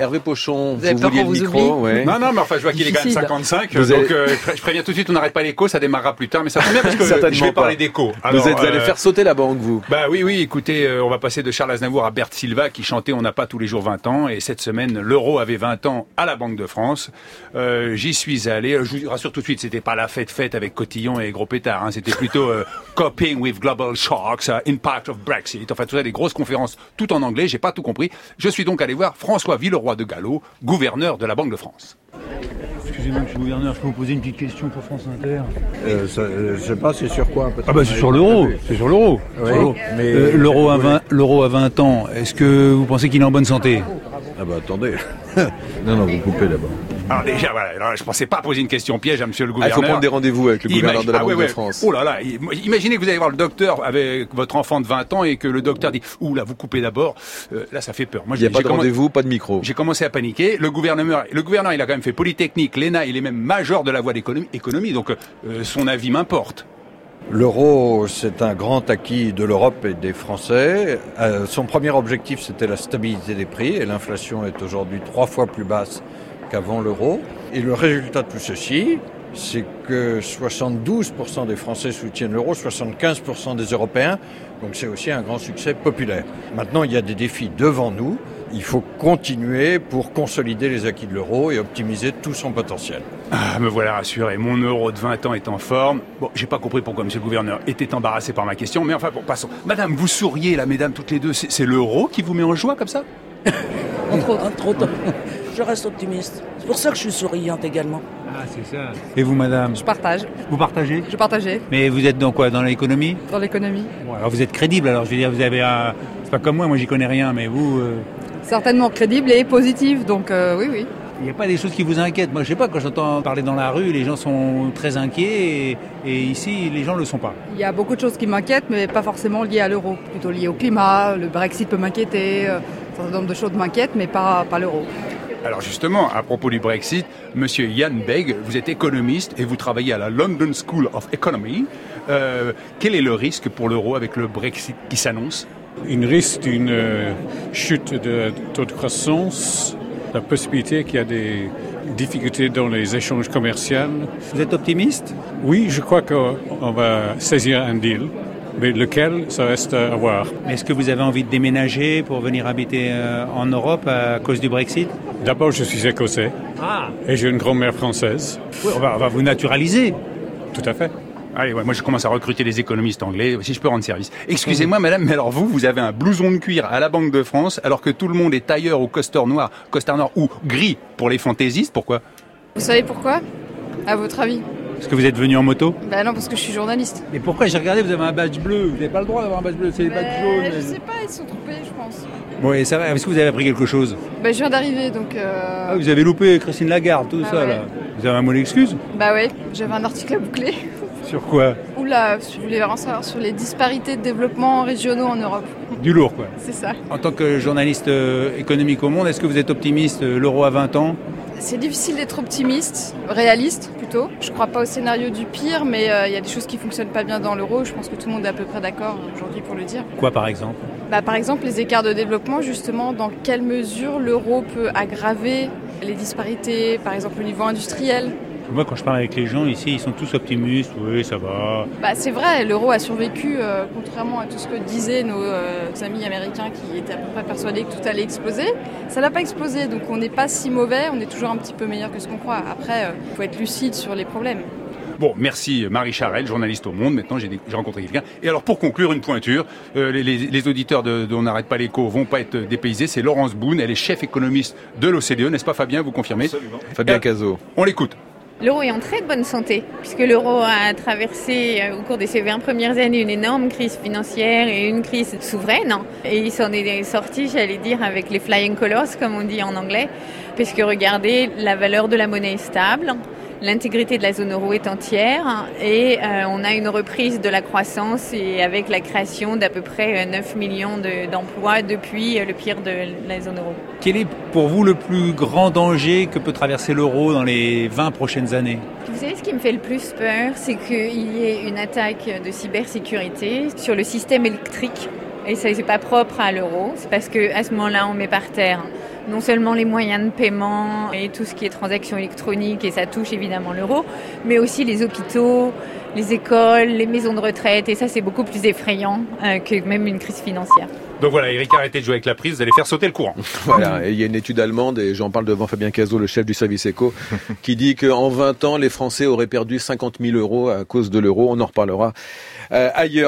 Hervé Pochon, Vous avez vous peur vouliez qu'on le vous micro, oublie ouais. Non, non, mais enfin, je vois qu'il est quand même Difficile. 55. Vous donc, allez- euh, je pré- je préviens tout de suite, on n'arrête pas l'écho, ça démarrera plus tard, mais ça tombe bien parce que euh, je Certainement vais parler pas. d'écho. Vous Alors, êtes allé euh, faire sauter la banque, vous. Bah oui, oui, écoutez, euh, on va passer de Charles Aznavour à Bert Silva qui chantait On n'a pas tous les jours 20 ans. Et cette semaine, l'euro avait 20 ans à la Banque de France. Euh, J'y suis allé. Je vous rassure tout de suite, c'était pas la fête-fête avec Cotillon et Gros Pétard. hein. C'était plutôt euh, Coping with Global Shocks, euh, Impact of Brexit. Enfin, tout ça, des grosses conférences, tout en anglais. J'ai pas tout compris. Je suis donc allé voir François Villeroy de Gallo, gouverneur de la Banque de France. Excusez-moi, monsieur le gouverneur, je peux vous poser une petite question pour France Inter Euh, ça, euh, je sais pas, c'est sur quoi Ah bah c'est sur l'euro, c'est sur l'euro. Oui, Sur l'euro. mais- Euh, l'euro à Oui. 20 l'euro à 20 ans, est-ce que vous pensez qu'il est en bonne santé Ah bah attendez. non, non, vous coupez d'abord. Alors déjà, voilà, alors, je pensais pas poser une question piège à monsieur Ah, le il gouverneur. faut prendre des rendez-vous avec le gouverneur Imagine- de la Ah Banque ouais, ouais. de France. Oh là là, im- imaginez que vous allez voir le docteur avec votre enfant de 20 ans et que le docteur dit « Ouh là, vous coupez d'abord Euh, Là, ça fait peur. Moi, Il n'y a j'ai- pas j'ai de commen- rendez-vous, pas de micro. J'ai commencé à paniquer. Le gouverneur, le gouverneur, il a quand même fait Polytechnique, l'ENA, il est même major de la voie d'économie, économie, donc euh, son avis m'importe. L'euro, c'est un grand acquis de l'Europe et des Français. Euh, son premier objectif, c'était la stabilité des prix et l'inflation est aujourd'hui trois fois plus basse qu'avant l'euro. Et le résultat de tout ceci, c'est que 72% des Français soutiennent l'euro, 75% des Européens. Donc c'est aussi un grand succès populaire. Maintenant, il y a des défis devant nous. Il faut continuer pour consolider les acquis de l'euro et optimiser tout son potentiel. Ah, me voilà rassuré. Mon euro de 20 ans est en forme. Bon, j'ai pas compris pourquoi monsieur le gouverneur était embarrassé par ma question, mais enfin, bon, passons. Madame, vous souriez, là, mesdames, toutes les deux. C'est c'est l'euro qui vous met en joie comme ça Entre autres. Je reste optimiste. C'est pour ça que je suis souriante également. Ah c'est ça. Et vous madame, Je partage. vous partagez Je partageais Mais vous êtes dans quoi Dans l'économie dans l'économie. Bon, alors vous êtes crédible alors, je veux dire vous avez un c'est pas comme moi, moi j'y connais rien mais vous euh, Certainement crédible et positive, donc euh, oui, oui. il n'y a pas des choses qui vous inquiètent. Moi je sais pas quand j'entends parler dans la rue, les gens sont très inquiets et, et ici les gens le sont pas. Il y a beaucoup de choses qui m'inquiètent, mais pas forcément liées à l'euro. Plutôt liées au climat, le Brexit peut m'inquiéter, euh, un certain nombre de choses m'inquiètent, mais pas, pas l'euro. Alors justement, à propos du Brexit, Monsieur Yann Beg, vous êtes économiste et vous travaillez à la London School of Economy. Euh, quel est le risque pour l'euro avec le Brexit qui s'annonce Il risque d'une euh, chute de taux de croissance, la possibilité qu'il y a des difficultés dans les échanges commerciaux. Vous êtes optimiste Oui, je crois qu'on va saisir un deal, mais lequel, ça reste à voir. Mais Est-ce que vous avez envie de déménager pour venir habiter euh, en Europe à cause du Brexit D'abord, je suis écossais Ah et j'ai une grand-mère française. on, va, on va vous naturaliser. Tout à fait. Allez, ouais, moi je commence à recruter les économistes anglais, si je peux rendre service. Mhm. Excusez-moi madame, mais alors vous, vous avez un blouson de cuir à la Banque de France, alors que tout le monde est tailleur ou costard noir, costard noir ou gris pour les fantaisistes, pourquoi Vous savez pourquoi À votre avis Est-ce que vous êtes venu en moto Bah non, parce que je suis journaliste. Mais pourquoi j'ai regardé, vous avez un badge bleu, vous n'avez pas le droit d'avoir un badge bleu, c'est les Bah, Euh, badges je jaunes. sais pas, ils se sont trompés, je pense. Bon, et ça va, est-ce que vous avez appris quelque chose Bah, je viens d'arriver, donc. euh, Ah, vous avez loupé Christine Lagarde, tout Ah ça ouais. là. Vous avez un mot d'excuse Bah ouais, j'avais un article à boucler. Sur quoi Oula, je voulais vraiment savoir sur les disparités de développement régionaux en Europe. Du lourd quoi. C'est ça. En tant que journaliste euh, économique au monde, est-ce que vous êtes optimiste euh, L'euro à 20 ans C'est difficile d'être optimiste, réaliste plutôt. Je crois pas au scénario du pire, mais euh, il y a des choses qui fonctionnent pas bien dans l'euro. Je pense que tout le monde est à peu près d'accord aujourd'hui pour le dire. Quoi par exemple Bah, par exemple, les écarts de développement, justement, dans quelle mesure l'euro peut aggraver les disparités, par exemple au niveau industriel. Moi quand je parle avec les gens ici, ils sont tous optimistes, oui ça va. Bah, c'est vrai, l'euro a survécu, euh, contrairement à tout ce que disaient nos euh, amis américains qui étaient à peu près persuadés que tout allait exploser. Ça n'a pas explosé, donc on n'est pas si mauvais, on est toujours un petit peu meilleur que ce qu'on croit. Après, il faut être lucide sur les problèmes. Bon, merci euh, Marie Charel, journaliste au Monde. Maintenant, j'ai des- j'ai rencontré quelqu'un. Et alors, pour conclure, une pointure. Euh, les, les- les auditeurs de, de On n'arrête pas l'écho vont pas être euh, dépaysés. C'est Laurence Boone. Elle est chef économiste de l'OCDE, E, n'est-ce pas, Fabien Vous confirmez Fabien Euh, Cazot. On l'écoute. L'euro est en très bonne santé, puisque l'euro a traversé euh, au cours de ses 20 premières années une énorme crise financière et une crise souveraine. hein. Et il s'en est sorti, j'allais dire, avec les flying colors, comme on dit en anglais, puisque regardez, la valeur de la monnaie est stable. L'intégrité de la zone euro est entière et euh, on a une reprise de la croissance et avec la création d'à peu près euh, 9 millions de- d'emplois depuis euh, le pire de la zone euro. Quel est pour vous le plus grand danger que peut traverser l'euro dans les 20 prochaines années Vous savez, ce qui me fait le plus peur, c'est qu'il y ait une attaque de cybersécurité sur le système électrique. Et ça, c'est pas propre à l'euro. C'est parce que à ce moment-là, on met par terre non seulement les moyens de paiement et tout ce qui est transactions électroniques, et ça touche évidemment l'euro, mais aussi les hôpitaux, les écoles, les maisons de retraite, et ça c'est beaucoup plus effrayant euh, que même une crise financière. Donc voilà, Eric, arrêtez de jouer avec la prise, vous allez faire sauter le courant. Voilà, et il y a une étude allemande, et j'en parle devant Fabien Cazot, le chef du service éco, qui dit qu'en 20 ans, les Français auraient perdu 50 000 euros à cause de l'euro. On en reparlera euh, ailleurs.